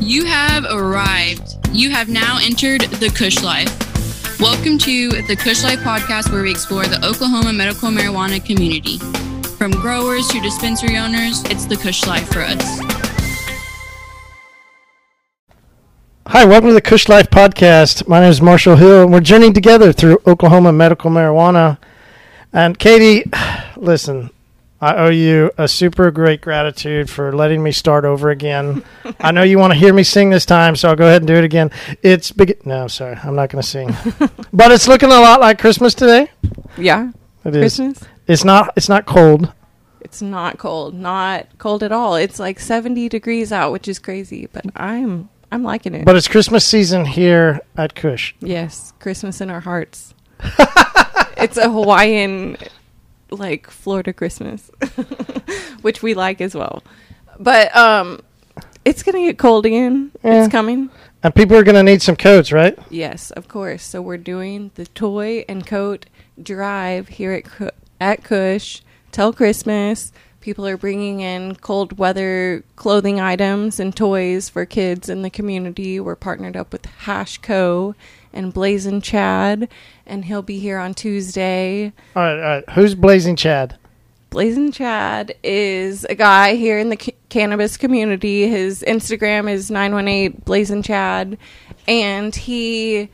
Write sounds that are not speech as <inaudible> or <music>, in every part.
You have arrived. You have now entered the Kush Life. Welcome to the Kush Life podcast, where we explore the Oklahoma medical marijuana community. From growers to dispensary owners, it's the Kush Life for us. Hi, welcome to the Kush Life Podcast. My name is Marshall Hill, and we're journeying together through Oklahoma medical marijuana. And Katie, <sighs> listen, I owe you a super great gratitude for letting me start over again. I know you want to hear me sing this time, so I'll go ahead and do it again. It's big. No, sorry, I'm not going to sing. but it's looking a lot like Christmas today. Yeah. It is. Christmas. It's not. It's not cold. It's not cold. Not cold at all. It's like 70 degrees out, which is crazy, but I'm I'm liking it. But it's Christmas season here at Kush. yes, Christmas in our hearts. <laughs> it's a Hawaiian like Florida Christmas, <laughs> which we like as well. But um it's going to get cold again. Yeah. It's coming. And people are going to need some coats, right? Yes, of course. So we're doing the toy and coat drive here at Cu- at Cush till Christmas. People are bringing in cold weather clothing items and toys for kids in the community. We're partnered up with Hash Co and Blazin' Chad, and he'll be here on Tuesday. All right, all right. Who's Blazing Chad? Blazin' Chad is a guy here in the c- cannabis community. His Instagram is 918 Blazin' Chad, and he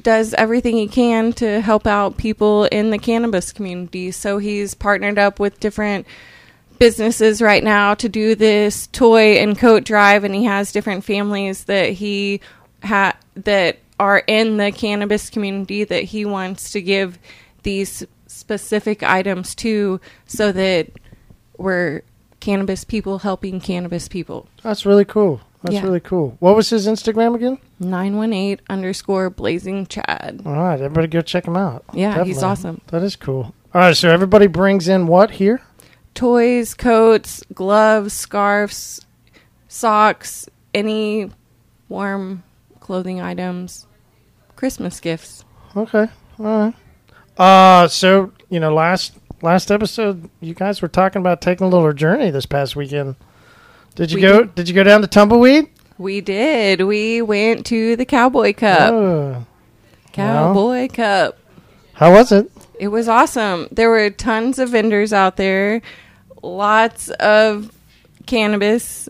does everything he can to help out people in the cannabis community. So he's partnered up with different businesses right now to do this toy and coat drive, and he has different families that he ha- that are in the cannabis community that he wants to give these specific items to, so that we're cannabis people helping cannabis people. That's really cool. That's Yeah. really cool. What was his Instagram again? 918 underscore blazing chad. All right, everybody go check him out. Yeah, he's awesome. That is cool. All right, so everybody brings in what here? toys, coats, gloves, scarves, socks, any warm clothing items, Christmas gifts. Okay. All right. Uh so, you know, last last episode you guys were talking about taking a little journey this past weekend. Did you We go did. did you go down to Tumbleweed? We did. We went to the Cowboy Cup. Oh. Cowboy Cup. How was it? It was awesome. There were tons of vendors out there, lots of cannabis,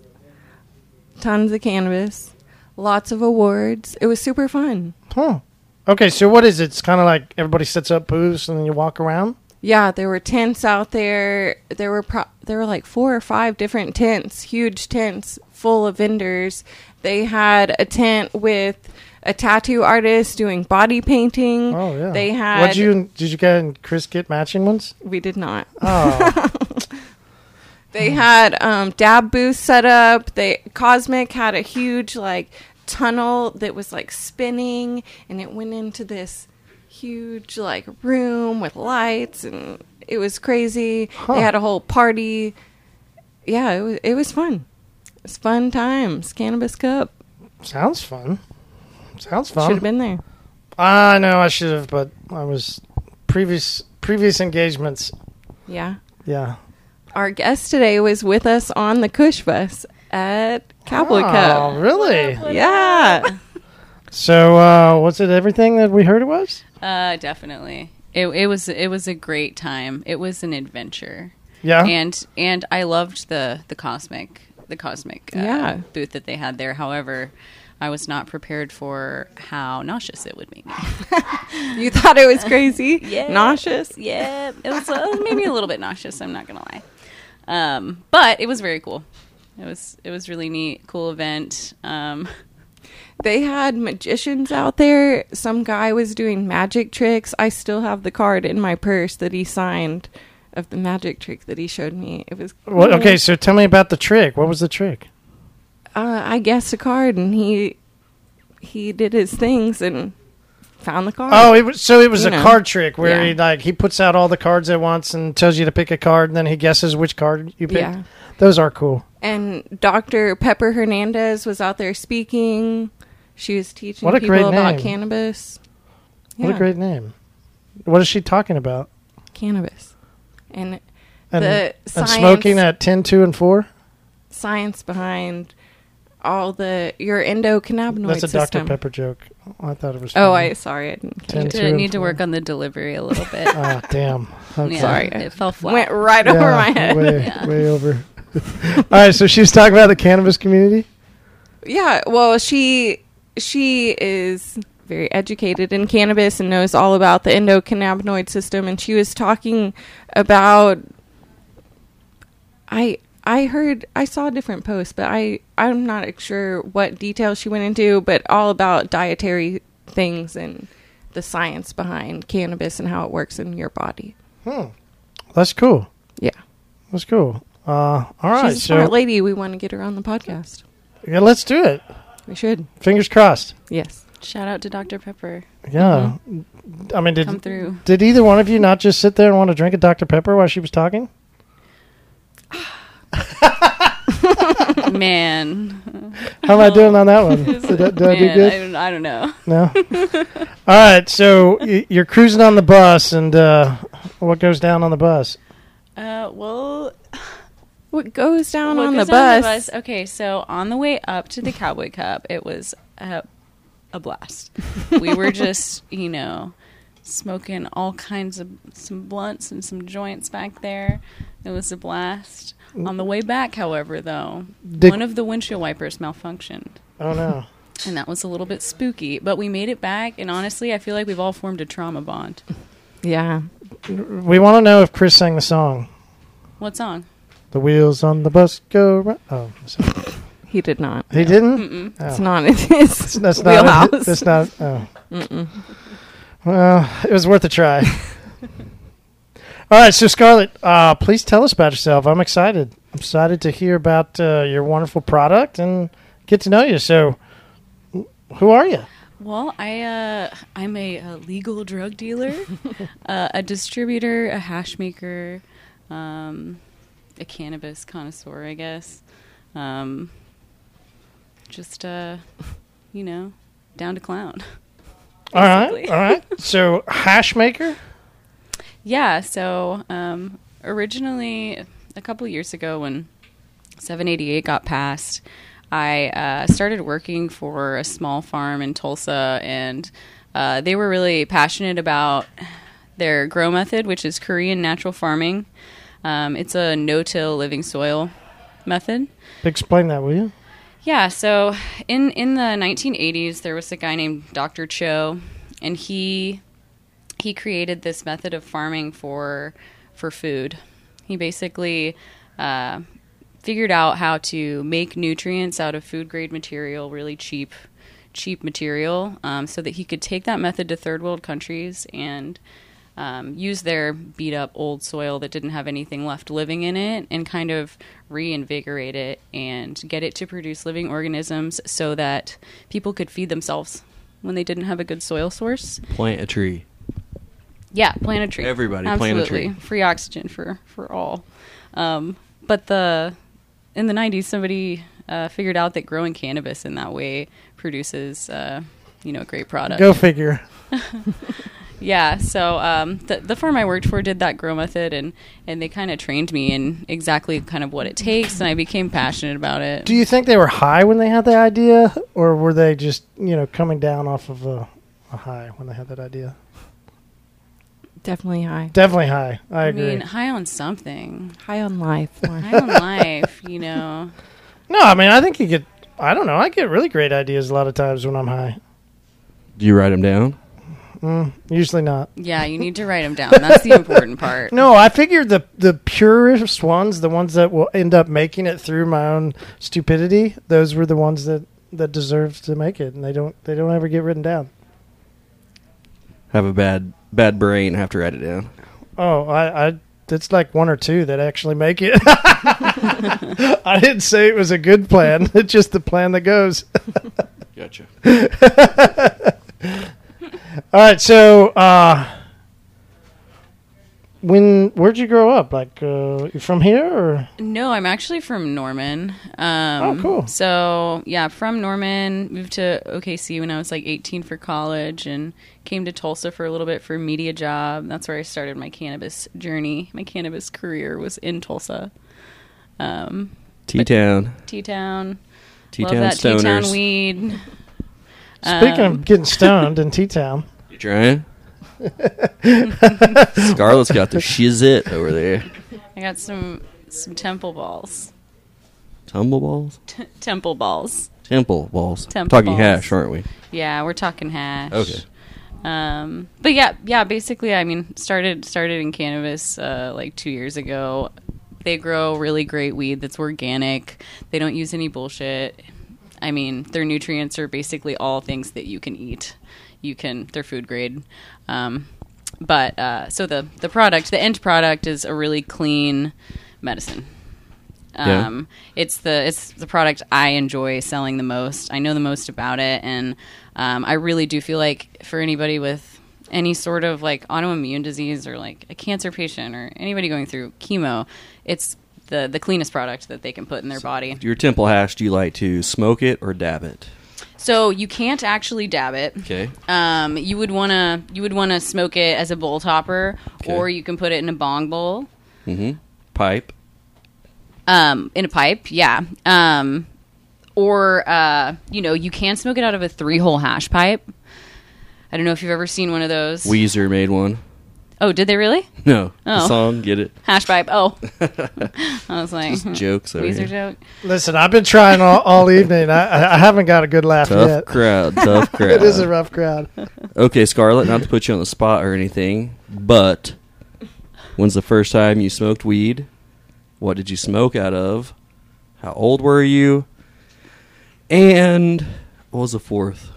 tons of cannabis, lots of awards. It was super fun. Huh. Okay, so what is it? It's kind of like everybody sets up booths and then you walk around. <laughs> Yeah, there were tents out there. There were pro- there were like four or five different tents, huge tents full of vendors. They had a tent with a tattoo artist doing body painting. Oh yeah. They had What you did you get and Chris get matching <laughs> ones? we did not. Oh. They had um, dab booths set up. They Cosmic had a huge like tunnel that was like spinning, and it went into this huge like room with lights, and it was crazy. Huh. They had a whole party. Yeah, it was it was fun. It was fun times. Cannabis Cup Sounds fun. Sounds should have fun. been there. I know I should have, but I was previous previous engagements. Yeah, Yeah. our guest today was with us on the Kush Bus at Cowboy Oh, Cup. really? Yeah, So, uh, was it everything that we heard it was? Uh, definitely. It, it was it was a great time. It was an adventure, Yeah. and and I loved the the cosmic the cosmic uh, Yeah. booth that they had there. However, I was not prepared for how nauseous it would make me. you thought it was crazy. Yeah. nauseous. Yeah, it was uh, maybe a little bit nauseous. I'm not gonna lie, um, but it was very cool. It was it was really neat, cool event. Um, They had magicians out there. Some guy was doing magic tricks. I still have the card in my purse that he signed of the magic trick that he showed me. It was What, cool. okay, so tell me about the trick. What was the trick? Uh, I guessed a card, and he he did his things and found the card. Oh, it was so it was You a know. card trick where Yeah. he like he puts out all the cards at once and tells you to pick a card, and then he guesses which card you pick. Yeah. Those are cool. and Dr. Pepper Hernandez was out there speaking. She was teaching What a people great about name. cannabis. What a Yeah, great name. What is she talking about? cannabis and, And, the and science smoking at 10, 2, and 4? science behind all the your endocannabinoid That's a system. Dr. Pepper joke. I thought it was. Oh, funny. I sorry, I didn't. Ten, two, Did I and need to four. work on the delivery a little bit? Ah, <laughs> damn. Okay. Yeah, Sorry. It fell flat. Went right Yeah, <laughs> over my head. Way, Yeah. way over. <laughs> All right, so she was talking about the cannabis community. Yeah, well, she she is very educated in cannabis and knows all about the endocannabinoid system and she was talking about I I heard I saw different posts, but I I'm not sure what details she went into, but all about dietary things and the science behind cannabis and how it works in your body. That's cool. Yeah. That's cool. Uh, all right, She's a so smart lady. We want to get her on the podcast. yeah, let's do it. We should. Fingers crossed. Yes. Shout out to Dr. Pepper. Yeah. Mm-hmm. I mean, Come did through. did either one of you not just sit there and want to drink a Dr Pepper while she was talking? Man. How am I doing on that <laughs> one? Did, I- did I do Man, I good? don't, I don't know. <laughs> No. All right, so y- you're cruising on the bus, and uh, what goes down on the bus? Uh, well, What goes down, what on, goes the down bus? Okay, so on the way <laughs> up to the Cowboy Cup, it was a, a blast. we were just, you know, smoking all kinds of some blunts and some joints back there. It was a blast. On the way back, however, though, Mm. Did- one of the windshield wipers malfunctioned. Oh no. And that was a little bit spooky, but we made it back. And honestly, I feel like we've all formed a trauma <laughs> bond. Yeah. We want to know if Chris sang the song. What song? The wheels on the bus go round. Oh, <laughs> sorry. He did not. he didn't. Mm-mm. Oh. It's not in his That's not. wheelhouse. That's not. Oh. <laughs> Well, it was worth a try. All right, so Scarlett, uh, please tell us about yourself. I'm excited. I'm excited to hear about uh, your wonderful product and get to know you. So, who are you? Well, I uh, I'm a, a legal drug dealer, uh, a distributor, a hash maker, um, a cannabis connoisseur, I guess. Um, just uh, you know, down to clown. <laughs> All right, Basically. all <laughs> right. So, hash maker. Yeah, so um, originally, a couple years ago, when 788 got passed, I uh, started working for a small farm in Tulsa, and uh, they were really passionate about their grow method, which is Korean natural farming. Um, it's a no till living soil method. Explain that, will you? Yeah, so in in the 1980s there was a guy named Dr. Cho and he he created this method of farming for for food. He basically uh, figured out how to make nutrients out of food grade material really cheap cheap material um, so that he could take that method to third world countries and um, use their beat up old soil that didn't have anything left living in it and kind of reinvigorate it and get it to produce living organisms so that people could feed themselves when they didn't have a good soil source. Plant a tree. Yeah, plant a tree. Everybody, plant a Absolutely. tree. Free oxygen for for all. Um, but the in the '90s, somebody uh, figured out that growing cannabis in that way produces, uh, you know, a great product. Go figure. Yeah. So um, the the farm I worked for did that grow method, and and they kind of trained me in exactly kind of what it takes, and I became passionate about it. Do you think they were high when they had the idea, or were they just you know coming down off of a, a high when they had that idea? <laughs> Definitely high. Definitely high. I, I agree. mean, high on something, High on life. <laughs> Lauren. high on life. You know. no, I mean I think you get. I don't know. I get really great ideas a lot of times when I'm high. Do you write them down? Usually not. Yeah, you need to write them down. That's the important part. No, I figured the the purest ones, the ones that will end up making it through my own stupidity, those were the ones that that deserve to make it, and they don't they don't ever get written down. Have a bad bad brain. Have to write it down. Oh, I, I it's like one or two that actually make it. <laughs> I didn't say it was a good plan. <laughs> It's just the plan that goes. Gotcha. <laughs> All right, so uh when where'd you grow up? Like uh you from here or No, I'm actually from Norman. Oh, Um, cool. So, yeah, from Norman, moved to OKC when I was like 18 for college and came to Tulsa for a little bit for a media job. That's where I started my cannabis journey. My cannabis career was in Tulsa. Um, T Town. T Town. Love T-Town that T-Town Stoners. weed. Speaking Um, of getting stoned in T Town, You trying? <laughs> Scarlett's got the shizit over there. I got some some temple balls. <laughs> Tumble balls? T- temple balls. Temple balls. Temple Talking balls. hash, aren't we? Yeah, we're talking hash. Okay. Um, but yeah, yeah. Basically, I mean, started started in cannabis uh, like two years ago. They grow really great weed that's organic. They don't use any bullshit. I mean, their nutrients are basically all things that you can eat. You can they're food grade. Um, but uh, so the the product, the end product, is a really clean medicine. Yeah. Um, It's the it's the product I enjoy selling the most. I know the most about it, and um, I really do feel like for anybody with any sort of like autoimmune disease or like a cancer patient or anybody going through chemo, it's the the cleanest product that they can put in their body. Your temple hash, do you like to smoke it or dab it? So you can't actually dab it. Okay. Um, you would want to you would want to smoke it as a bowl topper, Okay. or you can put it in a bong bowl, Pipe. um, in a pipe. Yeah. Um, or uh, you know, you can smoke it out of a three hole hash pipe. I don't know if you've ever seen one of those. Weezer made one. oh, did they really? No. Oh. The song, get <laughs> it? Hash pipe. <laughs> Oh, I was like Jokes over Weezer here. joke. listen, I've been trying all, all evening. I, I- I haven't got a good laugh Tough yet. crowd, tough <laughs> crowd. It is a rough crowd. Okay, Scarlett, not to put you on the spot or anything, but when's the first time you smoked weed? What did you smoke out of? How old were you? And what was the fourth?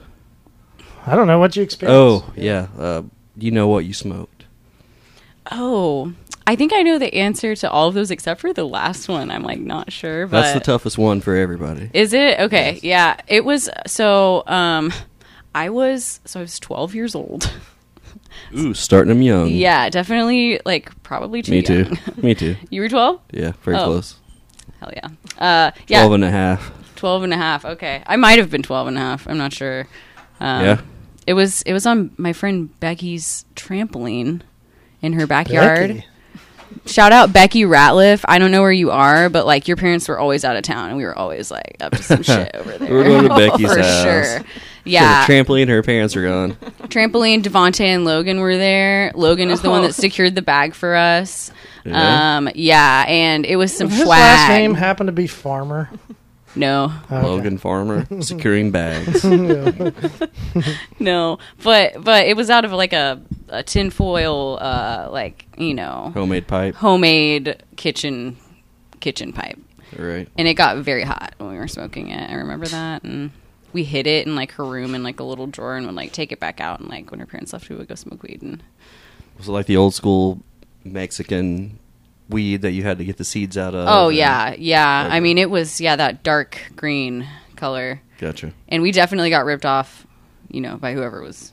I don't know what you expect. Oh, yeah. Uh, you know what you smoked. Oh, I think I know the answer to all of those except for the last one. I'm like not sure. But That's the toughest one for everybody. Is it okay? Yeah, it was. So, um, I was so I was 12 years old. Mm. Ooh, starting them young. yeah, definitely. Like probably too. Me too. young. <laughs> Me too. you were 12? Yeah, very Oh, close. Hell yeah. Uh, yeah, 12 12 and, and a half. 12 and a half. Okay, I might have been 12 and a half. I'm not sure. Um, Yeah. It was. It was on my friend Becky's trampoline in her backyard. Becky. Shout out Becky Ratliff. I don't know where you are, but like your parents were always out of town, and we were always like up to some shit over there. <laughs> We're going to Becky's for house. sure. Yeah, Her trampoline, her parents are <laughs> gone. trampoline. Devonte and Logan were there. Logan is the one that secured the bag for us. Yeah. Um, yeah, and it was some His last swag. name happened to be Farmer. No, Okay. <laughs> Logan Farmer securing bags. no, but but it was out of like a a tinfoil, uh, like you know, Homemade pipe. homemade kitchen kitchen pipe. Right. and it got very hot when we were smoking it. I remember that, and we hid it in like her room in like a little drawer, and would like take it back out, and like when her parents left, we would go smoke weed. And Was it like the old school Mexican weed that you had to get the seeds out of? oh and- yeah, yeah. Okay. I mean, it was yeah that dark green color, Gotcha. and we definitely got ripped off, you know, by whoever was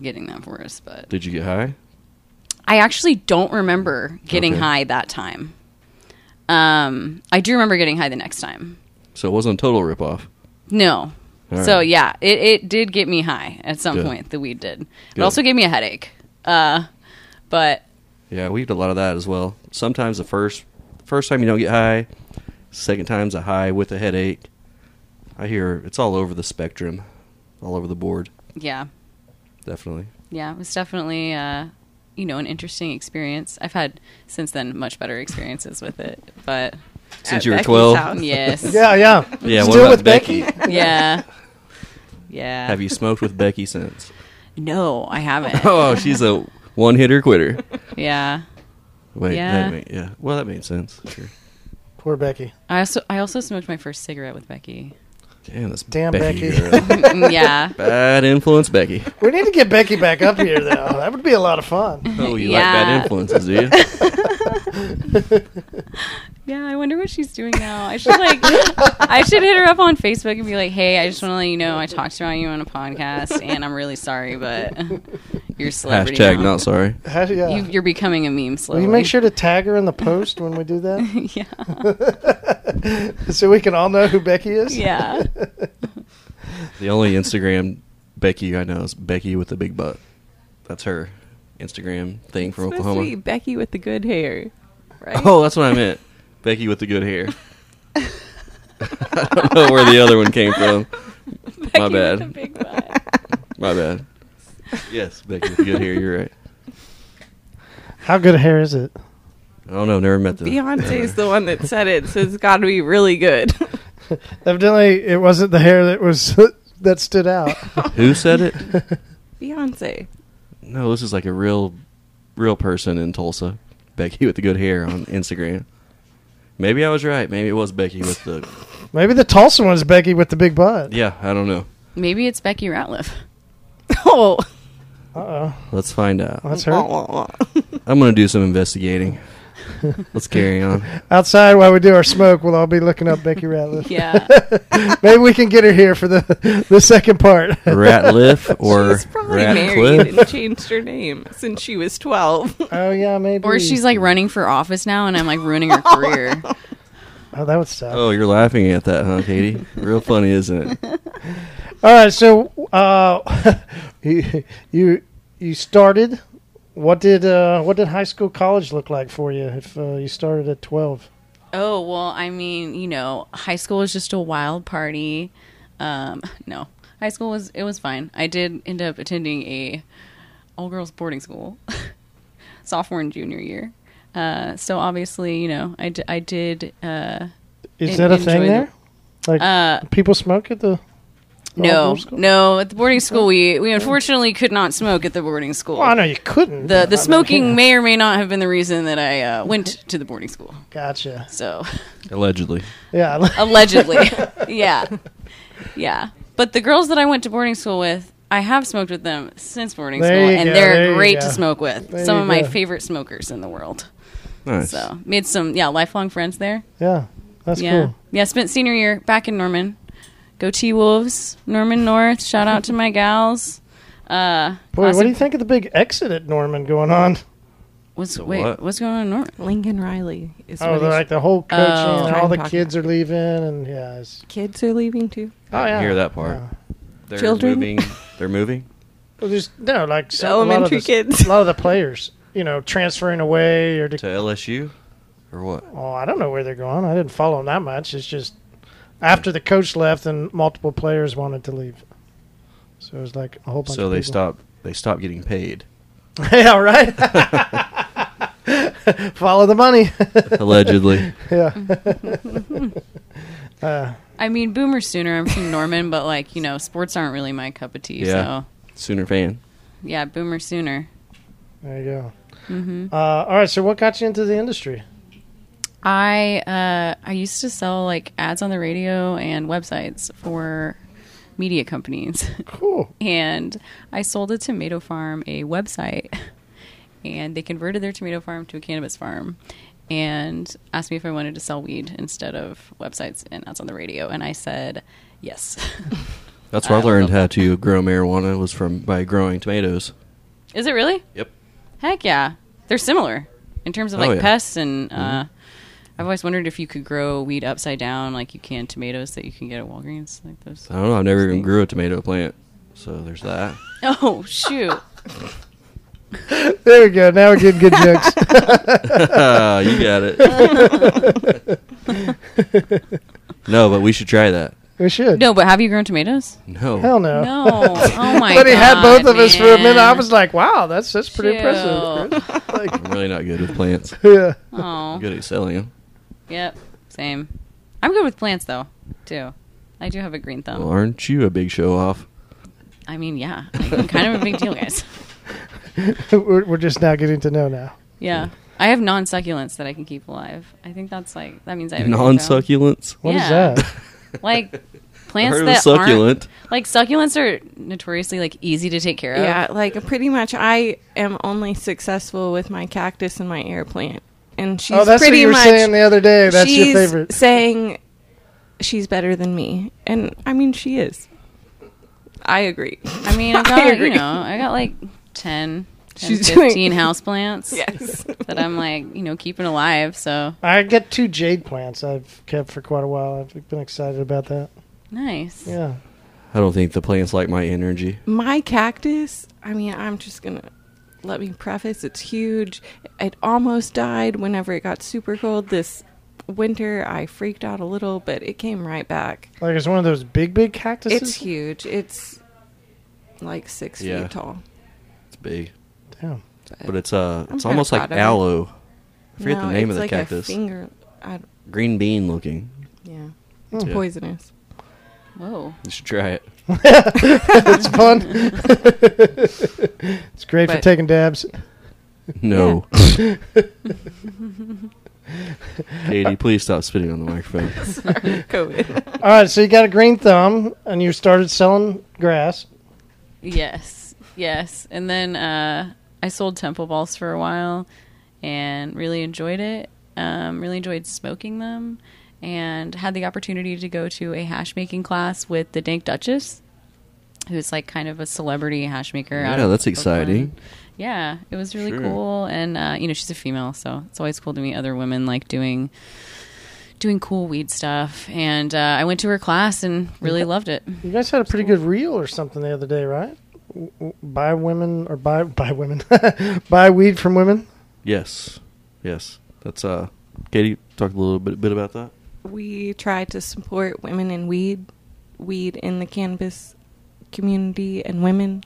getting that for us. But Did you get high? I actually don't remember getting Okay. high that time. Um, I do remember getting high the next time. So it wasn't a total ripoff. No. All So right. yeah, it, it did get me high at some Good. point. The weed did. It Good. also gave me a headache. Uh, but Yeah, we did a lot of that as well. Sometimes the first first time you don't get high, second time's a high with a headache. I hear it's all over the spectrum, all over the board. yeah, Definitely. yeah, it was definitely uh, you know an interesting experience. I've had since then much better experiences with it. But Since At you were Becky's twelve, house. yes, Yeah, yeah. yeah. Still what with about Becky? Becky? yeah, yeah. Have you smoked with Becky since? <laughs> No, I haven't. Oh, she's a one hitter quitter. yeah, Wait, Yeah. that made, yeah. Well, that made sense. Sure. Poor Becky. I also I also smoked my first cigarette with <laughs> Becky. Mm, Damn, that's Damn, Becky. <laughs> girl. yeah, bad influence, Becky. We need to get Becky back up here, though. That would be a lot of fun. Oh, you Yeah. like bad influences, do you? Yeah, I wonder what she's doing now. I should like, I should hit her up on Facebook and be like, "Hey, I just want to let you know I talked about you on a podcast, and I'm really sorry, but you're a <laughs> celebrity. Hashtag now. not sorry. How do- yeah. You, you're becoming a meme Will slowly. you make sure to tag her in the post when we do <laughs> that, yeah, so we can all know who Becky is? yeah. The only Instagram Becky I know is Becky with the big butt. That's her Instagram thing from Supposed to Oklahoma. <laughs> be Becky with the good hair. Right? <laughs> Oh, that's what I meant. Becky with the good hair. I don't know where the other one came from. My bad. Big butt. <laughs> My bad. Yes, Becky, with good hair. You're right. How good a hair is it? I don't know. Never met the Beyonce's the one that said it, so it's got to be really good. Evidently, it wasn't the hair that was <laughs> that stood <laughs> out. Who said it? Beyonce. No, this is like a real, real person in Tulsa. Becky with the good <laughs> hair on Instagram. Maybe I was right. Maybe it was Becky with the. Maybe the Tulsa one's Becky with the big butt. Yeah, I don't know. Maybe it's Becky Ratliff. Oh, Uh oh, Let's find out. that's Oh. wah, her. wah, wah. <laughs> I'm gonna do some investigating. Let's carry on. Outside while we do our smoke, we'll all be looking up Becky Ratliff. Yeah. Maybe we can get her here for the <laughs> the second <laughs> part. <laughs> Ratliff or she's probably married Ratcliffe? and changed her name since she was twelve. oh yeah, maybe. or she's like running for office now and I'm like ruining her career. oh, that would suck. Oh, you're laughing at that, huh, Katie? Real funny, isn't it? All right, so uh, <laughs> you you you started. What did uh, what did high school college look like for you if uh, you started at twelve? Oh, well, I mean, you know, high school was just a wild party. Um, <laughs> no. High school was it was fine. I did end up attending a all girls boarding school <laughs> sophomore and junior year. Uh, so obviously, you know, I, d- I did uh, Is En- that a thing enjoy there? Like uh, people smoke at the no, all-girls school? no, at the boarding school we we unfortunately could not smoke at the boarding school. Well, I know you couldn't. the but the I mean, smoking <laughs> yeah. may or may not have been the reason that I uh, went to the boarding school. Gotcha. So <laughs> Allegedly. Yeah. allegedly, yeah, yeah. But the girls that I went to boarding school with, I have smoked with them since boarding There school, you and go, there they're you great go. to smoke with. There some you of my go. favorite smokers in the world. Nice. So made some yeah lifelong friends there. <laughs> yeah. That's yeah, cool. yeah. Spent senior year back in Norman. Go T Wolves, Norman North. Shout out to my gals. Uh, Boy, what classic- do you think of the big exit at Norman going on? What's The wait? what? What's going on in Norman? <laughs> Lincoln Riley is Oh, what they're his like the whole coaching, Oh. and all the Trying to- kids are leaving, and yeah. It's, kids are leaving too. oh yeah. hear that part. Yeah. They're <laughs> Children? moving. They're moving. Well, there's no like some, a lot of elementary the- kids. A lot of the players, you know, transferring away <laughs> or to to LSU or what? Oh, I don't know where they're going. I didn't follow them that much. It's just after the coach left and multiple players wanted to leave. So it was like a whole bunch So of they people. stop. They stop getting paid. <laughs> yeah, <laughs> right? follow the money. <laughs> <laughs> Allegedly. yeah. I mean, boomer sooner. I'm from Norman, but like you know, sports aren't really my cup of tea. Yeah. So Sooner fan. yeah, boomer sooner. There you go. Mm-hmm. Uh, all right. So what got you into the industry? I uh, I used to sell like ads on the radio and websites for media companies, Cool. <laughs> and I sold a tomato farm a website, and they converted their tomato farm to a cannabis farm, and asked me if I wanted to sell weed instead of websites and ads on the radio, and I said yes. <laughs> That's where I, learned how to grow marijuana was from by growing tomatoes. Is it really? Yep. Heck yeah, they're similar in terms of Oh, like yeah. pests and. Uh, I've always wondered if you could grow weed upside down like you can tomatoes that you can get at Walgreens, like those. I don't know. I've never even grew a tomato plant. So there's <laughs> that. <laughs> Oh shoot! There we go. Now we're getting good jokes. Ah, you got <laughs> it. <laughs> no, but we should try that. We should. No, but have you grown <laughs> tomatoes? No. Hell no. No. <laughs> Oh my god! But he had both of us for a minute. I man. was like, wow, that's that's pretty <laughs> impressive. Shoot. like, I'm really not good with plants. yeah. Oh. I'm good at selling them. Yep. Same. I'm good with plants though, too. I do have a green Oh. thumb. Well, aren't you a big show off? I mean, yeah, I'm kind of a big deal, <laughs> guys. <laughs> we're, we're just now getting to know now. Yeah, I have non-succulents that I can keep alive. I think that's like that means I have a green thumb. Non succulents? What is Yeah. <laughs> that? Like <laughs> I plants heard of a that aren't succulent. Like succulents are notoriously like easy to take care of. Yeah, like pretty much I am only successful with my cactus and my air plant. And she's oh, that's what pretty you were much saying the other day. <laughs> That's she's your favorite. saying she's better than me. And I mean she is. I agree. <laughs> I mean, I've I got agree. you know, I got like 10, 10 She's doing- <laughs> 15 houseplants yes. that I'm like you know keeping alive. So I got two jade plants I've kept for quite a while. I've been excited about that. nice. Yeah. I don't think the plants like my energy. My cactus, I mean, I'm just going to let me preface it's huge. It almost died whenever it got super cold this winter, I freaked out a little, but it came right back. Like it's one of those big, big cactuses. it's huge. It's like six Yeah. feet tall. It's big, Damn. but it's uh, I'm it's kinda almost like proud of it. aloe. I forget No, the name of it's like the a cactus. finger. I, Green bean looking. yeah, it's Yeah. poisonous. <laughs> Whoa. You should try it. it's fun. it's great for But- taking dabs. <laughs> No. <laughs> Katie, please stop spitting on the <laughs> microphone. Sorry, COVID. All right, so you got a green thumb, and you started selling grass. Yes. Yes. And then uh, I sold temple balls for a while and really enjoyed it. Um, really enjoyed smoking them and had the opportunity to go to a hash making class with the Dank Duchess, who's like kind of a celebrity hash maker. out Yeah, of that's Brooklyn. exciting. Yeah, it was really Sure. cool. And, uh, you know, she's a female, so it's always cool to meet other women like doing. Doing cool weed stuff, and uh, I went to her class and really loved it. You guys had a pretty good reel or something the other day, right? W- w- Buy women or buy <laughs> buy women, buy weed from women. Yes. Yes. That's uh Katie talked a little bit, bit about that. we try to support women in weed, weed in the cannabis community, and women,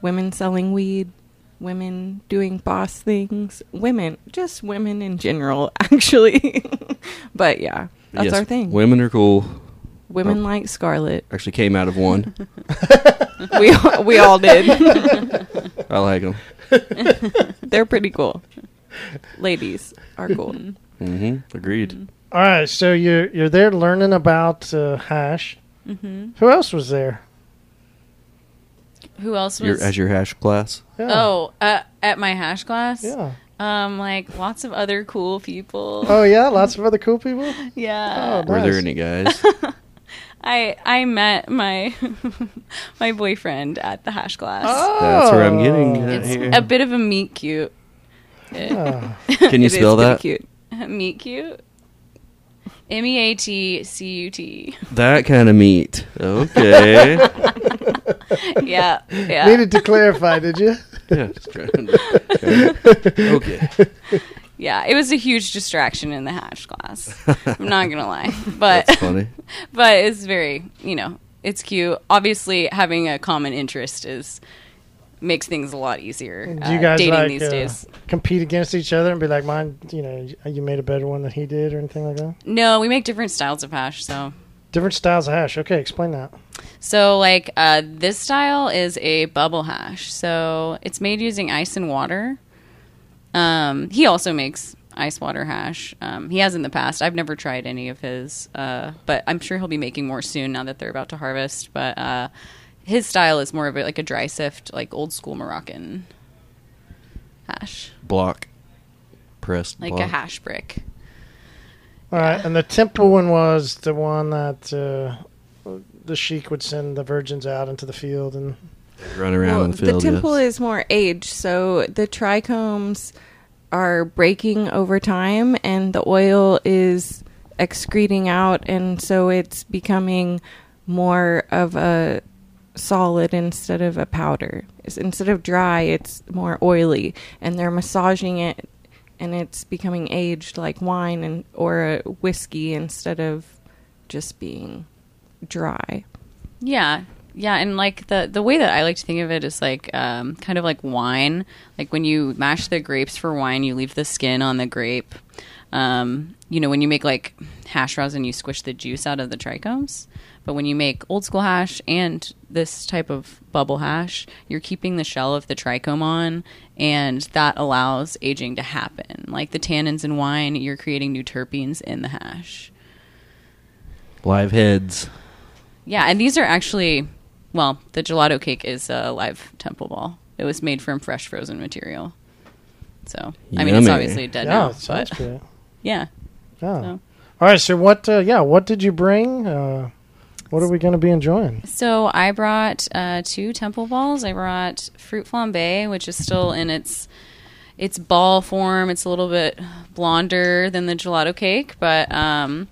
women selling weed, women doing boss things, women, just women in general, <laughs> actually. but yeah, that's Yes, our thing. Women oh. are cool. women like Scarlet. Actually came out of one. we all- we all did. <laughs> I like them. They're pretty cool. Ladies are cool. Mm-hmm. Agreed. All right, so you're you're there learning about uh, hash. Mm-hmm. Who else was there? Who else was Your, as your hash class. Yeah. Oh, uh, at my hash class. yeah. Um, like lots of other cool people. Oh yeah, lots of other cool <laughs> people. yeah. Oh, Were nice. there <laughs> any guys? I I met my <laughs> my boyfriend at the hash class. That's where I'm getting at It's here. a bit of a meet cute. <laughs> Oh. It Can you is spell pretty that? Cute. meet cute. <laughs> M e a t c u t. That kind of meat. <laughs> Okay. Yeah. Yeah. Needed to clarify, did you? yeah. just trying to- <laughs> okay. Yeah. It was a huge distraction in the hash class. I'm not <laughs> gonna lie, but That's funny. <laughs> but it's very you know it's cute obviously having a common interest is makes things a lot easier Do uh, you guys dating like these uh, days compete against each other and be like, mine? You know, you made a better one than he did, or anything like that. no we make different styles of hash so Different styles of hash. Okay, explain that. so like uh, this style is a bubble hash so it's made using ice and water um, he also makes ice water hash um, he has in the past i've never tried any of his uh, but i'm sure he'll be making more soon now that they're about to harvest but uh, his style is more of a, like a dry sift like old school moroccan hash Block. Pressed. like a block. hash brick All right, and the temple one was the one that uh, the sheik would send the virgins out into the field, and Run around Well, in the field. temple yes. is more age, so the trichomes are breaking over time, and the oil is excreting out, and so it's becoming more of a solid instead of a powder. It's, instead of dry, it's more oily, and they're massaging it, and it's becoming aged like wine and or a whiskey instead of just being dry. Yeah. Yeah, and like the the way that I like to think of it is like um, kind of like wine. Like when you mash the grapes for wine, you leave the skin on the grape. Um, you know, when you make like hash rosin, you squish the juice out of the trichomes. But when you make old school hash and this type of bubble hash, you're keeping the shell of the trichome on, and that allows aging to happen. Like the tannins in wine, you're creating new terpenes in the hash. Live heads. Yeah, and these are actually, well, the gelato cake is a live temple ball. It was made from fresh frozen material. So, I mean, Yummy. it's obviously dead yeah, now, it sounds but good. <laughs> yeah. Yeah. So- All right, so what? Uh, yeah, what did you bring? Uh, what are we going to be enjoying? So I brought uh, two temple balls. I brought fruit flambe, which is still in its its ball form. It's a little bit blonder than the gelato cake, but um,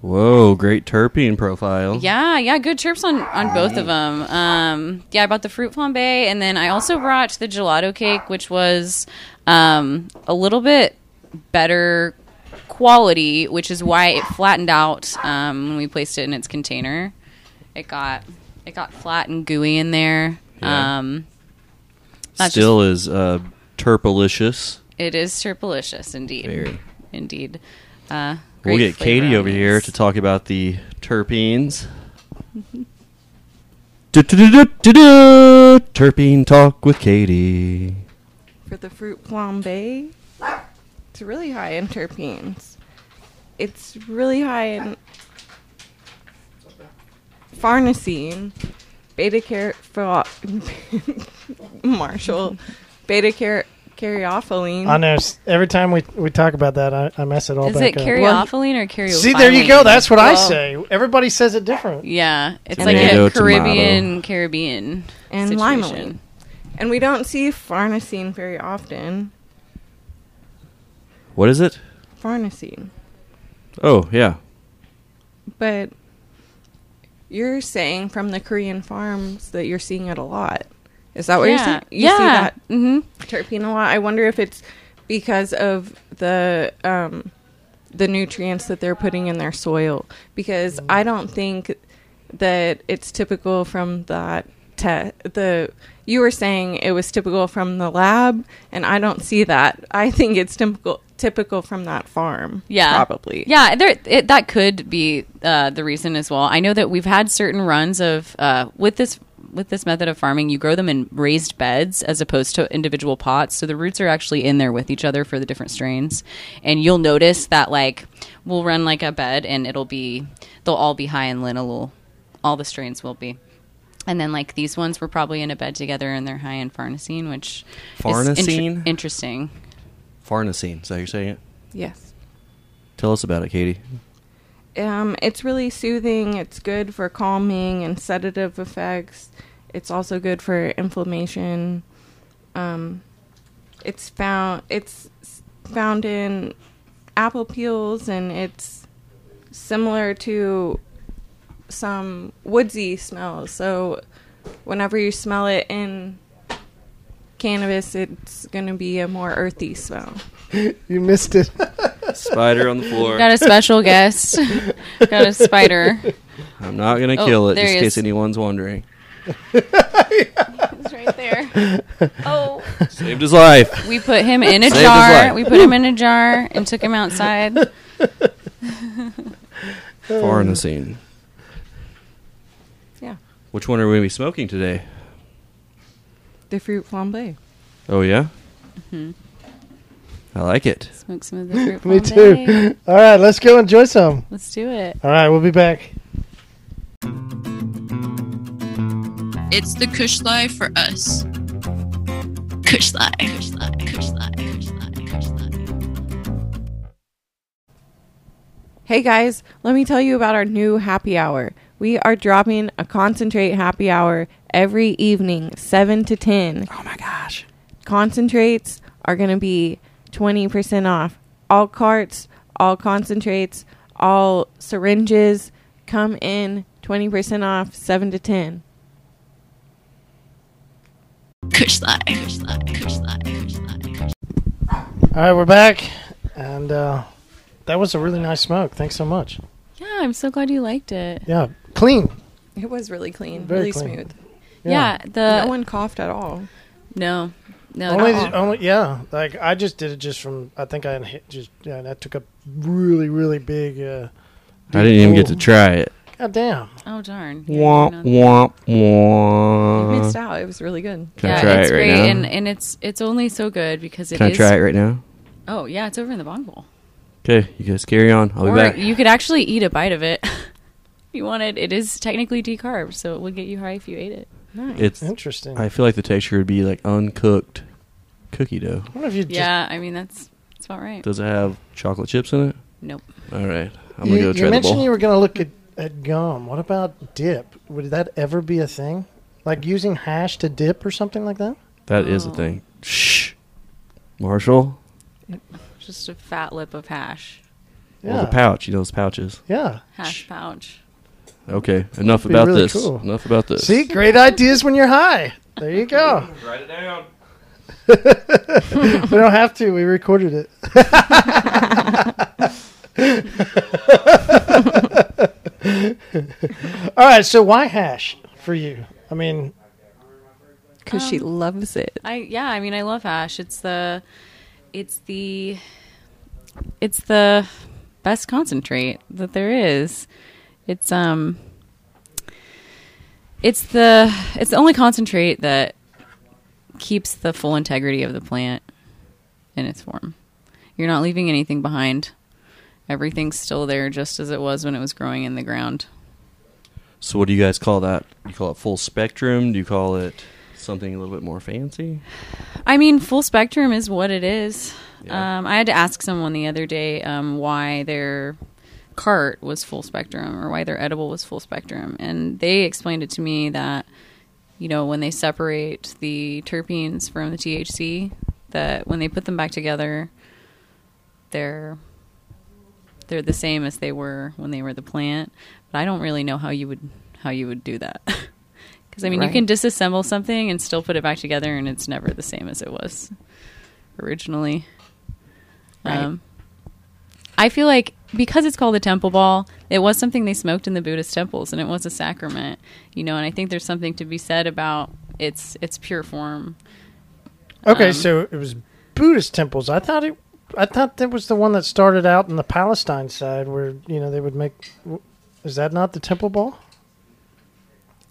Whoa, great terpene profile. Yeah, yeah, good chirps on on both of them. Um, yeah, I bought the fruit flambe, and then I also brought the gelato cake, which was um, a little bit better quality, which is why it flattened out um, when we placed it in its container. It got it got flat and gooey in there. Yeah. Um, that's Still is uh, turpolicious. it is turpolicious indeed. Very. Indeed. Uh, We'll great get flavor Katie on over here these. to talk about the terpenes. Du-du-du-du-du-du. Terpene talk with Katie. for the fruit flambe. It's really high in terpenes. It's really high in farnesene, beta car <laughs> Marshall, beta car I caryophylline. know. s- Every time we, we talk about that, I, I mess it all Is back it up. caryophylline or caryophylline? See, there you go. That's what I Well- say. Everybody says it different. yeah. It's Tomato, like a tomato. Caribbean Caribbean And situation. limonene. And we don't see farnesene very often. What is it? Farnesene. Oh, yeah. But you're saying from the Korean farms that you're seeing it a lot. Is that what you're Yeah. saying? Oh, You see yeah. that hmm terpene a lot. I wonder if it's because of the um, the nutrients that they're putting in their soil. Because I don't think that it's typical from that te- the you were saying it was typical from the lab, and I don't see that. I think it's typical typical from that farm. Yeah, probably. Yeah, there it, that could be uh, the reason as well. I know that we've had certain runs of uh, with this with this method of farming, you grow them in raised beds as opposed to individual pots. So the roots are actually in there with each other for the different strains, and you'll notice that like we'll run like a bed, and it'll be they'll all be high in linalool. All the strains will be. And then, like these ones, were probably in a bed together, and they're high in farnesene, which is inter- Farnesene? interesting. Farnesene. Is that how you're saying it? Yes. Tell us about it, Katie. Um, it's really soothing. It's good for calming and sedative effects. It's also good for inflammation. Um, it's found. It's s- found in apple peels, and it's similar to some woodsy smells. So, whenever you smell it in cannabis, it's going to be a more earthy smell. You missed it. <laughs> Spider on the <laughs> floor. Got a special <laughs> guest. Got a spider. I'm not going to Oh, kill it, there just he in is. case anyone's wondering. It's right there. <laughs> Oh, Saved his life. we put him in a Saved his jar. life. We put him in a jar and took him <laughs> outside. Farnesene. Yeah, Which one are we going to be smoking today? the fruit flambe. Oh, yeah? Mm-hmm. I like it. Smoke some of the fruit. Me flambe. too. All right, let's go enjoy some. Let's do it. All right, we'll be back. It's the Kush Life for us. Kush Life. Kush Life. Kush Life. Kush Life. Kush Life. Hey guys, let me tell you about our new happy hour. We are dropping a concentrate happy hour every evening, 7 to 10. Oh, my gosh. Concentrates are going to be 20% off. All carts, all concentrates, all syringes come in 20% off, 7 to 10. Kush Life. Kush Life. Kush Life. Kush Life. All right, we're back, and uh, that was a really nice smoke. Thanks so much. Yeah, I'm so glad you liked it. Yeah, clean. It was really clean, Very really clean. smooth. Yeah, no the one coughed at all. no, no. Oh, Only, no. only, yeah. Like I just did it just from. I think I inha- just yeah. That took a really, really big. Uh, Oh, I didn't even get to Ooh. try it. God damn. Oh darn. Yeah, you know. Womp, womp, You womp. missed out. It was really good. Can yeah, I try it's it right great, now? and and it's it's only so good because it Can I is- try it right now? Oh yeah, it's over in the bong bowl. Okay, you guys carry on. I'll be or back. you could actually eat a bite of it. <laughs> if you wanted. It is technically decarbed, so it would get you high if you ate it. Nice. It's. Interesting. I I feel like the texture would be like uncooked cookie dough. wonder if you just. yeah, I mean that's that's about right. Does it have chocolate chips in it? Nope. All right, I'm you, gonna go you try the mentioned bowl. you were gonna look at, at gum. What about dip? Would that ever be a thing? Like using hash to dip or something like that? That is Oh. a thing. Shh, Marshall. Just a fat lip of hash. Yeah. Yeah. the pouch. You know those pouches. yeah. Hash pouch. Okay, enough be about really this. cool. Enough about this. See, great ideas when you're high. There you go. <laughs> Write it down. <laughs> <laughs> we don't have to. We recorded it. <laughs> All right, so why hash for you? I mean, because she loves it. I yeah, I mean I love hash. It's the it's the it's the best concentrate that there is. It's um it's the it's the only concentrate that keeps the full integrity of the plant in its form. You're not leaving anything behind. Everything's still there just as it was when it was growing in the ground. So what do you guys call that? You call it full spectrum? Do you call it something a little bit more fancy? I mean, full spectrum is what it is. Yeah. Um, I had to ask someone the other day um, why their cart was full spectrum or why their edible was full spectrum, and they explained it to me that you know when they separate the terpenes from the THC, that when they put them back together, they're they're the same as they were when they were the plant. But I don't really know how you would how you would do that. <laughs> Because I mean, you Right. can disassemble something and still put it back together, and it's never the same as it was originally. Um, I feel like because it's called the temple ball, it was something they smoked in the Buddhist temples, and it was a sacrament, you know. And I think there's something to be said about its its pure form. okay, Um, so it was Buddhist temples. I thought it. I thought that was the one that started out in the Palestine side, where you know they would make. Is that not the temple ball?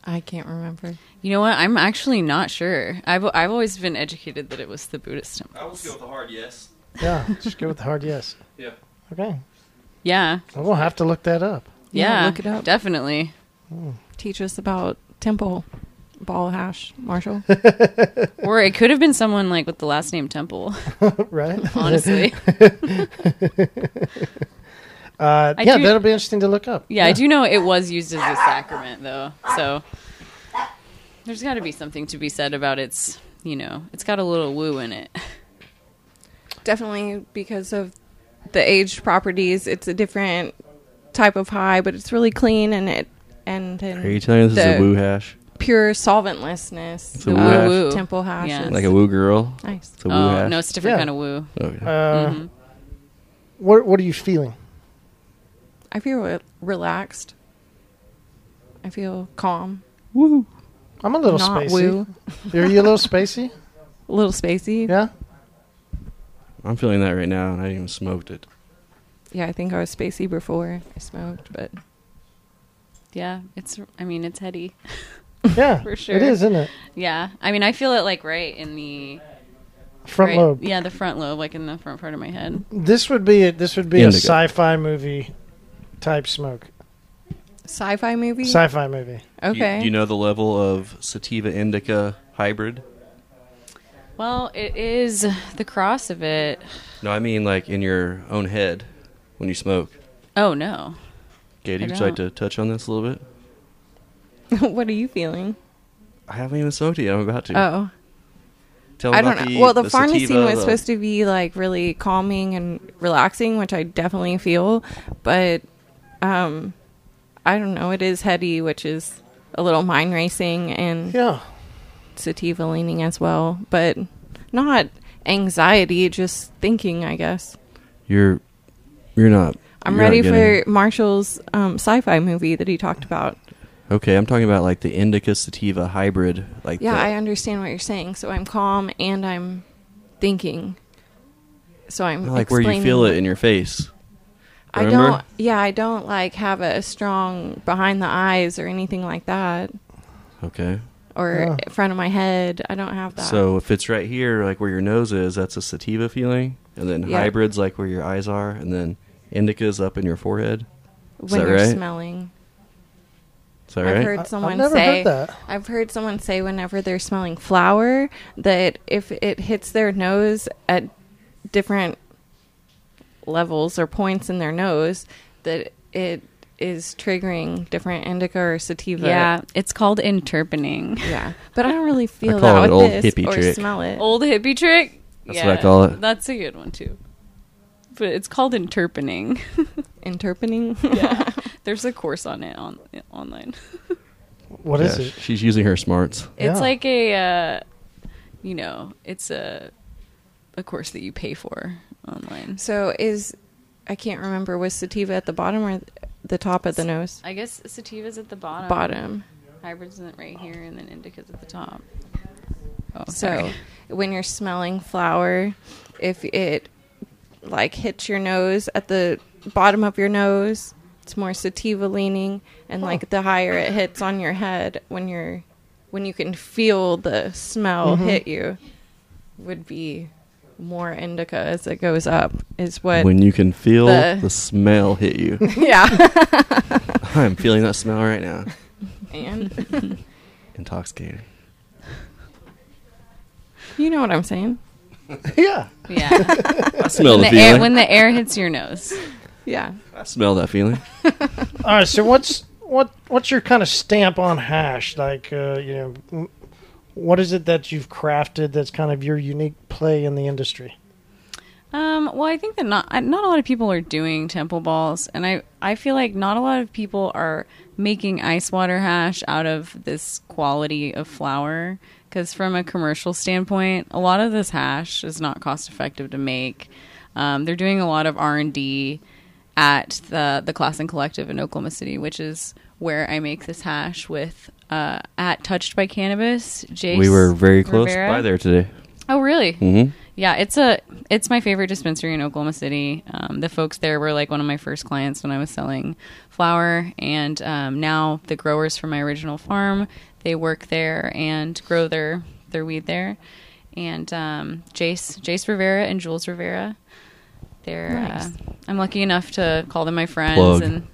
I can't remember. You know what? I'm actually not sure. I've I've always been educated that it was the Buddhist temple. I will go with the hard yes. <laughs> Yeah, just go with the hard yes. Yeah. Okay, Yeah, well, we'll have to look that up. yeah, Yeah, look it up. Definitely. Teach us about temple ball hash, <laughs> Marshall. Or it could have been someone like with the last <laughs> name Temple. <laughs> right? Honestly, Uh, I yeah, do- that'll be interesting to look up. yeah, I do know it was used as a sacrament though. So there's got to be something to be said about its, you know, it's got a little woo in it. Definitely because of the aged properties, it's a different type of high, but it's really clean and it and, Are you and telling us this is a The- woo hash? pure It's solventlessness. a The woo woo hash? woo. Temple hash Yeah. is Like a woo girl? nice. It's a woo Oh hash? no, it's a different Yeah. kind of woo. Uh, Okay. Mhm. What What are you feeling? I feel re- relaxed. I feel calm. I'm a little Not spacey. woo. Are you a little <laughs> spacey? A little spacey. Yeah. Yeah. I'm feeling that right now, and I even smoked it. I think I was spacey before I smoked, but Yeah, it's. I mean, it's heady. Yeah. For sure. It is, isn't it? Yeah, I mean, I feel it like right in the Front right, lobe. Yeah, the front lobe, like in the front part of my head. This would be it. This would be Indigo. a sci-fi movie type smoke. sci-fi movie. Sci-fi movie. Do you- okay. Do you, know the level of sativa indica hybrid? Well, it is the cross of it. No, I mean like in your own head when you smoke. Oh no. Katie, I would you like don't. to touch on this a little bit? <laughs> what are you feeling? I haven't even smoked it yet. I'm about to. Oh, Tell me I don't about know. the- well, the, the farnesene sativa, was the- supposed to be like really calming and relaxing, which I definitely feel, but um, I don't know. It is heady, which is a little mind racing, and Yeah. sativa leaning as well, but not anxiety, just thinking, I guess. You're, you're not. I'm you're ready not getting- for Marshall's um, sci-fi movie that he talked about. Okay, I'm talking about like the indica sativa hybrid, like Yeah, the- I understand what you're saying. So I'm calm and I'm thinking. So I'm I like where you explaining feel what- it in your face. I Remember? don't. Yeah, I don't like have a strong behind the eyes or anything like that, Okay, or in front of my head. I don't have that. so if it's right here, like where your nose is, that's a sativa feeling, and then Yeah. hybrids like where your eyes are, and then indica's up in your forehead. when that you're right? smelling, Is that I've right? heard I've someone never say. heard that. I've heard someone say whenever they're smelling flour that if it hits their nose at different levels or points in their nose, that it is triggering different indica or sativa. Yeah, it's called interpening. yeah. But I don't really feel call that it with old this hippie or trick. smell it. Old hippie trick. That's what I call it. That's a good one too. But it's called <laughs> interpening. Interpreting. <laughs> There's a course on it on online. <laughs> What is Yeah, it? She's using her smarts. Yeah. It's like a, uh, you know, it's a, a course that you pay for online. So is I can't remember was sativa at the bottom or the top of the nose. I guess sativa's at the bottom. Bottom. Hybrids is right here, and then indica's at the top. Oh, So when you're smelling flower, if it like hits your nose at the bottom of your nose, it's more sativa leaning and like the higher it hits on your head when you're when you can feel the smell hit you would be more indica as it goes up is what when you can feel the- the, smell <laughs> hit you. <laughs> yeah I'm feeling that smell right now. and Intoxicating. you know what i'm saying yeah. <laughs> yeah, I smell when the the air feeling. when the air hits your nose. yeah I smell that feeling. All right. So what's what what's your kind of stamp on hash? Like, uh, you know, m- what is it that you've crafted that's kind of your unique play in the <laughs> industry? Um, well, I think that not I- not a lot of people are doing temple balls, and I I feel like not a lot of people are making ice water hash out of this quality of flour. Because from a commercial standpoint, a lot of this hash is not cost effective to make. Um, they're doing a lot of R and D at the the Class and Collective in Oklahoma City, which is where I make this hash with uh, at Touched by Cannabis. Jace we were very close Rivera. by there today. Oh, really? hmm Yeah, it's a it's my favorite dispensary in Oklahoma City. Um, the folks there were like one of my first clients when I was selling flower, and um, now the growers from my original farm they work there and grow their their weed there. And um, Jace Jace Rivera and Jules Rivera, they're Nice. uh, I'm lucky enough to call them my friends Plug. and.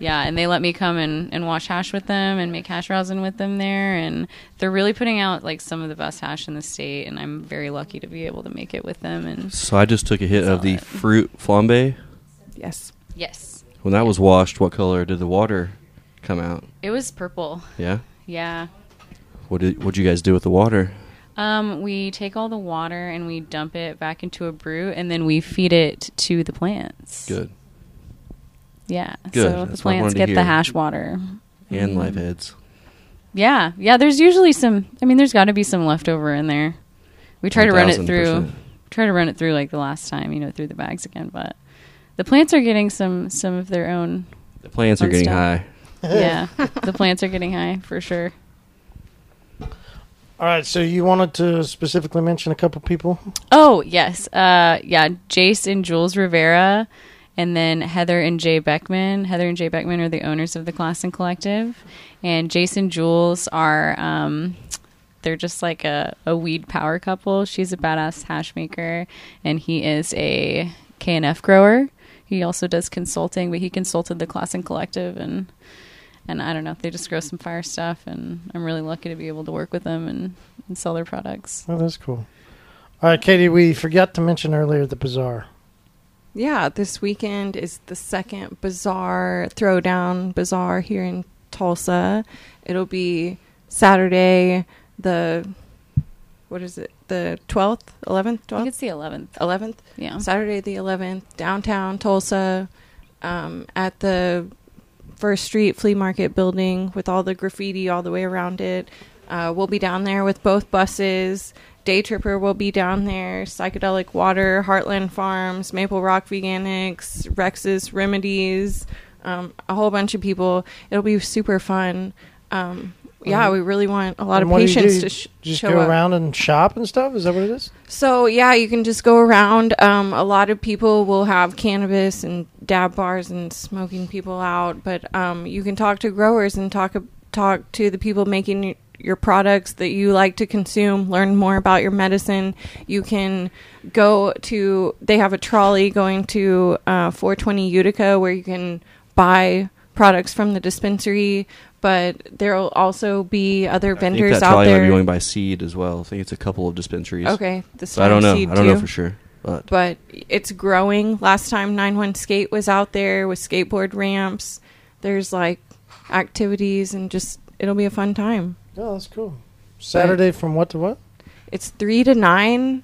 Yeah, and they let me come and, and wash hash with them and make hash rosin with them there. And they're really putting out like some of the best hash in the state. And I'm very lucky to be able to make it with them. And So I just took a hit of the Solid. fruit flambe. yes yes, When that was washed, what color did the water come out? it was purple. Yeah. Yeah. What did what you guys do with the water? Um, we take all the water and we dump it back into a brew and then we feed it to the plants. Good. Yeah. Good. So the That's what I wanted plants to get hear. the hash water. Mm. And live heads. Yeah. Yeah. There's usually some, I mean, there's got to be some leftover in there. We try to run it through. 1000%. try to run it through like the last time, you know, through the bags again. But the plants are getting some some of their own. The plants are on getting stuff. high. Yeah, the plants are getting high for sure. All right. So you wanted to specifically mention a couple people. Oh yes, uh, yeah, Jace and Jules Rivera, and then Heather and Jay Beckman. Heather and Jay Beckman are the owners of the Class and Collective, and Jace and Jules are. Um, they're just like a, a weed power couple. She's a badass hash maker, and he is a KNF grower. He also does consulting, but he consulted the Class and Collective, and and I don't know. They just grow some fire stuff, and I'm really lucky to be able to work with them and, and sell their products. Oh, that's cool. All right, Katie. We forgot to mention earlier the bazaar. Yeah, this weekend is the second bazaar throwdown bazaar here in Tulsa. It'll be Saturday, the what is it? The twelfth, eleventh, I think twelfth, it's the 11th. eleventh. Yeah. Saturday the eleventh, downtown Tulsa, um, at the First Street Flea Market building with all the graffiti all the way around it. Uh, we'll be down there with both buses. Day Tripper will be down there. Psychedelic Water, Heartland Farms, Maple Rock Veganics, Rex's Remedies, um, a whole bunch of people. It'll be super fun. Um, yeah, we really want a lot And of what do you patients do? to sh- Just show go up. around and shop and stuff. Is that what it is? So yeah, you can just go around. Um, a lot of people will have cannabis and dab bars and smoking people out, but um, you can talk to growers and talk talk to the people making y- your products that you like to consume. Learn more about your medicine. You can go to they have a trolley going to uh, 420 Utica where you can buy products from the dispensary. But there'll also be other I think vendors that out trolley might there. be going by seed as well. I think it's a couple of dispensaries. okay, the So I don't know. Starseed I don't know too for sure. But but it's growing. Last time 91 Skate was out there with skateboard ramps. There's like activities and just it'll be a fun time. Oh, that's cool. Saturday from what to what? It's 3 to 9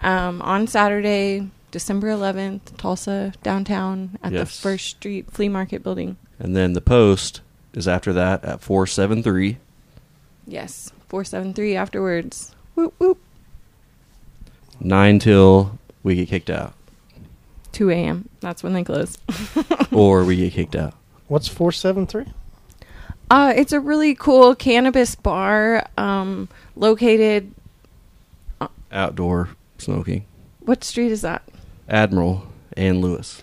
um, on Saturday, December 11th, Tulsa downtown at the Yes. First Street Flea Market building. and then the post is after that at four seven three. Yes, 473 afterwards. Whoop whoop. <laughs> Nine till we get kicked out. 2 a.m. That's when they close. or we get kicked out. What's 473? Uh, it's a really cool cannabis bar um, located. Outdoor smoking. What street is that? Admiral and Lewis.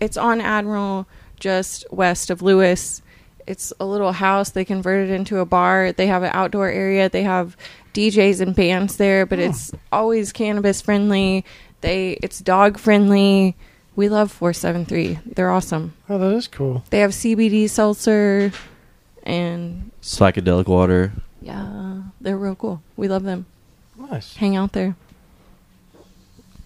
It's on Admiral, just west of Lewis. It's a little house. They converted into a bar. They have an outdoor area. They have DJs and bands there, but it's always cannabis friendly. They it's dog friendly. We love 473. They're awesome. Oh, that is cool. They have CBD seltzer and Psychedelic water. yeah, they're real cool. We love them. Nice. Hang out there.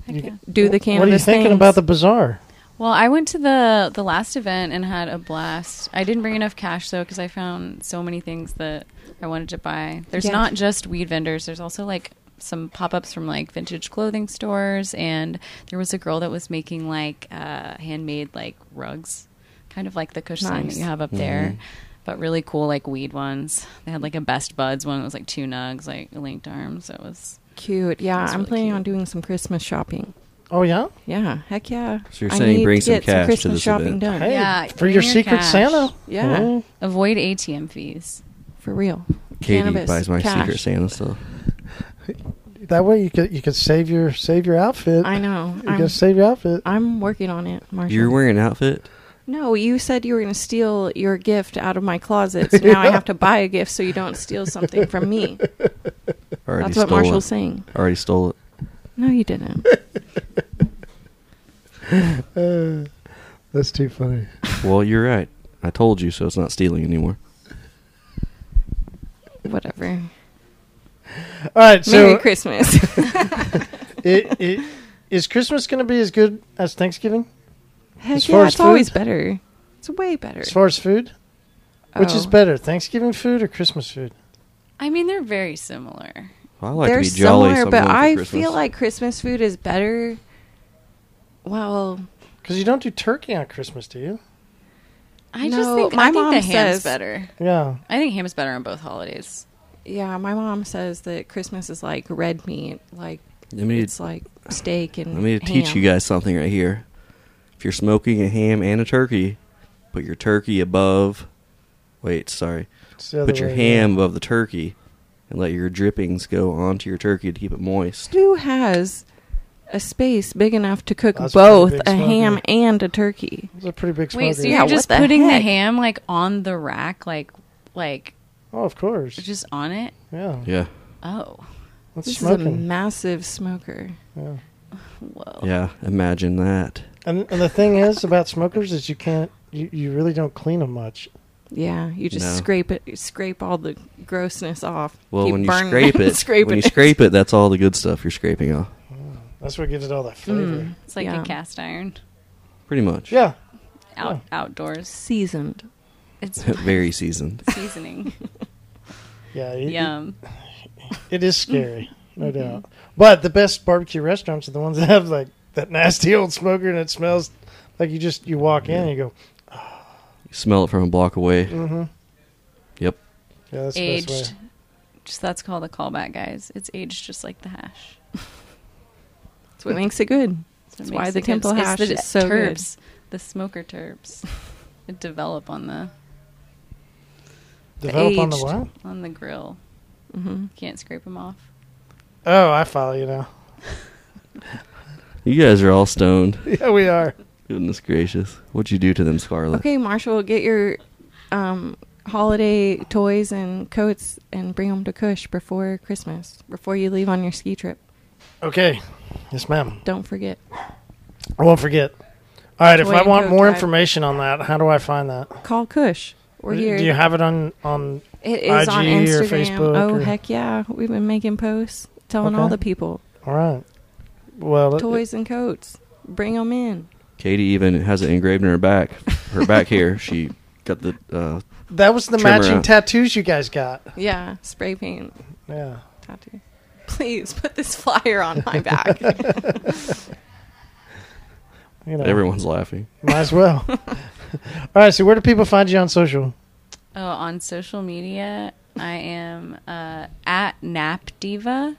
Heck yeah. Do the cannabis What are you thinking things. about the bazaar? Well, I went to the the last event and had a blast. I didn't bring enough cash though because I found so many things that I wanted to buy. There's Yeah. not just weed vendors. There's also like some pop-ups from like vintage clothing stores and there was a girl that was making like uh, handmade like rugs kind of like the cushion thing that Nice. you have up there but really cool like weed ones they had like a best buds one that was like two nugs like linked arms so it was Cute. Yeah, That's I'm really planning cute. on doing some Christmas shopping. Oh, yeah? Yeah, heck yeah. So you're I saying need bring to some get cash to Christmas this shopping event. done. Hey, Yeah, for bring your your secret cash. Santa? Yeah. Oh, avoid atm fees For real. Katie Cannabis, buys my cash. secret Santa stuff. that way you could you could save your save your outfit. I know. You I'm, gotta save your outfit. I'm working on it, Marshall. You're wearing an outfit? no, you said you were going to steal your gift out of my closet, so now I <laughs> have to buy a gift so you don't steal something from me. Already That's what stole Marshall's it. saying. Already stole it. No, you didn't. Uh, that's too funny. Well, you're right. I told you, so it's not stealing anymore. <laughs> Whatever. All right, so Merry Christmas. <laughs> <laughs> it, it, is Christmas going to be as good as Thanksgiving Heck As far yeah, as it's always food? better. It's way better. as far as food? Which is Oh. better, Thanksgiving food or Christmas food? i mean they're very similar I like They're to be jolly. similar, so I'm but going for I Christmas. feel like Christmas food is better. Well, Because you don't do turkey on Christmas, do you? I just No, think my I think mom the ham's says- better. Yeah. I think ham is better on both holidays. yeah, my mom says that Christmas is like red meat, like Let me it's like steak and let me teach ham. you guys something right here. If you're smoking a ham and a turkey, put your turkey above. Wait, sorry. It's the other Put your way, ham above the turkey, and let your drippings go onto your turkey to keep it moist. Who has a space big enough to cook That's pretty both big a ham smoker. and a turkey? It's a pretty big smoker. Wait, so Yeah, you're what just the putting heck? the ham like on the rack, like like Oh, of course. just on it? yeah. Yeah, Oh, That's This is a smoking. massive smoker. yeah. whoa! yeah. Imagine that. And, and the thing is about smokers is you can't, you, you really don't clean them much. Yeah, you just No. scrape it, scrape all the grossness off. Well, Keep when you burning <laughs> scrape it, scraping when you scrape it, that's all the good stuff you're scraping off. That's what gives it all that flavor. It's like Yeah. a cast iron Pretty much. Yeah. out Oh. <laughs> outdoors. seasoned. It's <laughs> Very seasoned. seasoning. Yeah. it- Yum. it is scary, no Mm-hmm. doubt. But the best barbecue restaurants are the ones <laughs> that have like that nasty old smoker and it smells like you just, you walk in and you go, You smell it from a block away. mm-hmm. Yep. Yeah, that's the best way. Aged. Just that's called a callback, guys. It's aged just like the hash. That's what makes it good. So That's it why makes the it good. Temple It's hash the is so good. turbs, the smoker <laughs> turbs, that develop on the Develop on the aged. what? on the grill. hmm Can't scrape them off. Oh, I follow you now. <laughs> You guys are all stoned. Yeah, we are. Goodness gracious. What'd you do to them, Scarlet? Okay, Marshall, get your um, holiday toys and coats and bring them to Cush before Christmas, before you leave on your ski trip. Okay. Yes, ma'am. Don't forget. I won't forget. All right, if Toy I and want Coke more Drive. information on that, how do I find that? Call Cush. We're Uh, Do here. you have it on on? it is on IG or Instagram. Facebook oh or- heck yeah! We've been making posts, telling all Okay. the people All right. Well, it- toys and coats. Bring them in. Katie even has it engraved in her back. Her back hair. She got the. Uh, that was the Trim her matching up. tattoos you guys got. Yeah, spray paint Yeah. tattoo. Please put this <laughs> flyer on my <laughs> back. You know, everyone's laughing. might as <laughs> well. All right. So, where do people find you on social? Oh, on social media, I am uh, at Nap Diva.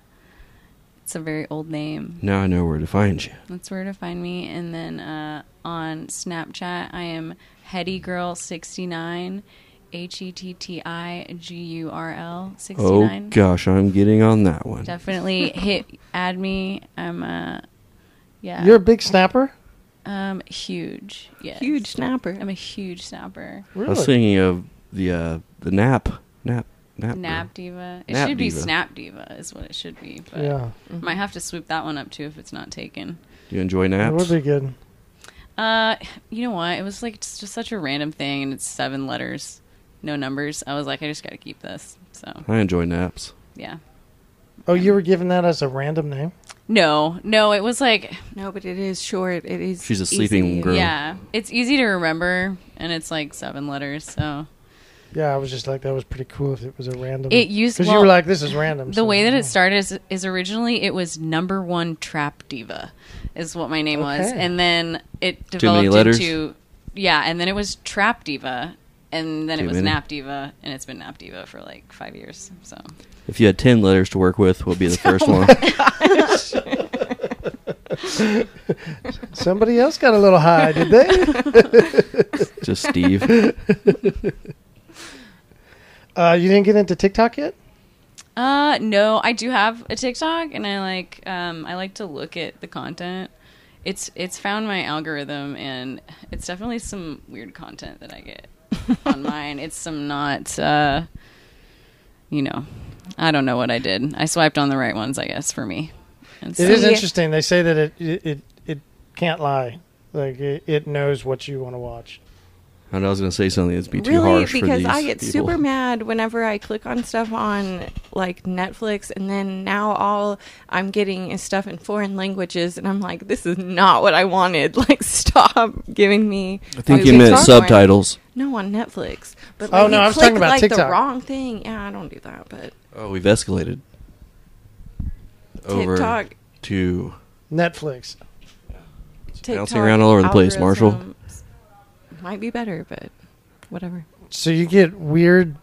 It's a very old name. Now I know where to find you. That's where to find me. And then uh, on Snapchat, I am Hetty Girl sixty nine, H E T T I G U R L sixty Oh nine. gosh, I'm getting on that one. Definitely hit add me. I'm uh, yeah. You're a big snapper? um huge. Yes. Huge snapper. I'm a huge snapper. I was Really? thinking of the uh, the nap nap nap girl. Nap diva. It Nap should be diva. snap diva is what it should be. But Yeah. might have to swoop that one up too if it's not taken. Do you enjoy It naps? would be good. Uh, you know what? It was like it's just such a random thing, and it's seven letters, no numbers. I was like, I just got to keep this. So I enjoy naps. yeah, Oh, you were given that as a random name? no, no, it was like No, but it is short. It is. She's a sleeping easy. girl. yeah, it's easy to remember, and it's like seven letters. So Yeah, I was just like, that was pretty cool if it was a random. It used- because you well, were like, this is random. the so- way that it started is, is originally it was number one trap diva, is what my name was, Okay. and then it Too many developed letters? into yeah, and then it was trap diva, and then Too it was many. nap diva, and it's been nap diva for like five years. So If you had ten letters to work with, what would be the first one? Somebody else got a little high, did <laughs> they? Just Steve. Uh, you didn't get into TikTok yet? Uh no, I do have a TikTok and I like um I like to look at the content. It's it's found my algorithm and it's definitely some weird content that I get on mine. It's some not uh you know, I don't know what I did. I swiped on the right ones, I guess, for me. And so, It is Yeah. interesting. They say that it it it, it can't lie. Like it, it knows what you want to watch. I know I was going to say something that's be too really harsh for because these I get people. super mad whenever I click on stuff on like Netflix and then now all I'm getting is stuff in foreign languages and I'm like this is not what I wanted <laughs> like stop giving me I think Oh, you it's meant on- subtitles. No on Netflix but Oh, like, no, you I was click, talking about like the TikTok. wrong thing yeah I don't do that but Oh, we've escalated. Over TikTok to Netflix. TikTok bouncing around all over the place, Marshall. algorithms might be better but whatever So you get weird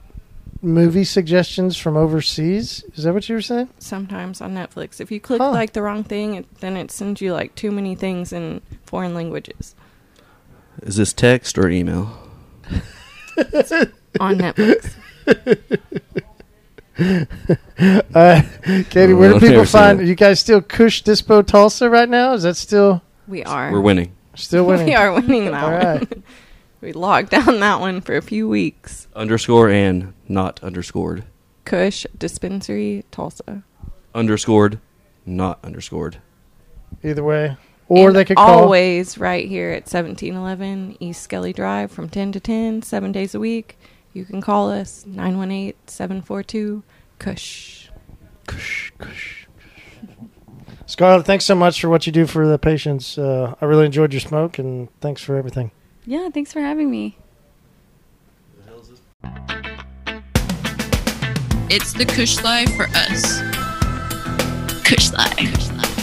movie suggestions from overseas. Is that what you were saying? sometimes on Netflix. If you click Huh. like the wrong thing, it, then it sends you like too many things in foreign languages is this text or email? <laughs> on Netflix. Uh, Katie, where do I've never people seen find it. you guys? Still Cush Dispo Tulsa right now? Is that still We are. We're winning. still winning? We are winning that All one. right. <laughs> We locked down that one for a few weeks. Underscore and not underscored. Kush Dispensary Tulsa. Underscored, not underscored. Either way, or And they could call. always right here at 1711 East Skelly Drive from 10 to 10, seven days a week. You can call us 918 742 Kush. Scarlett, thanks so much for what you do for the patients. Uh, I really enjoyed your smoke, and thanks for everything. yeah, thanks for having me. It's the Kush Life for us. Kush Life.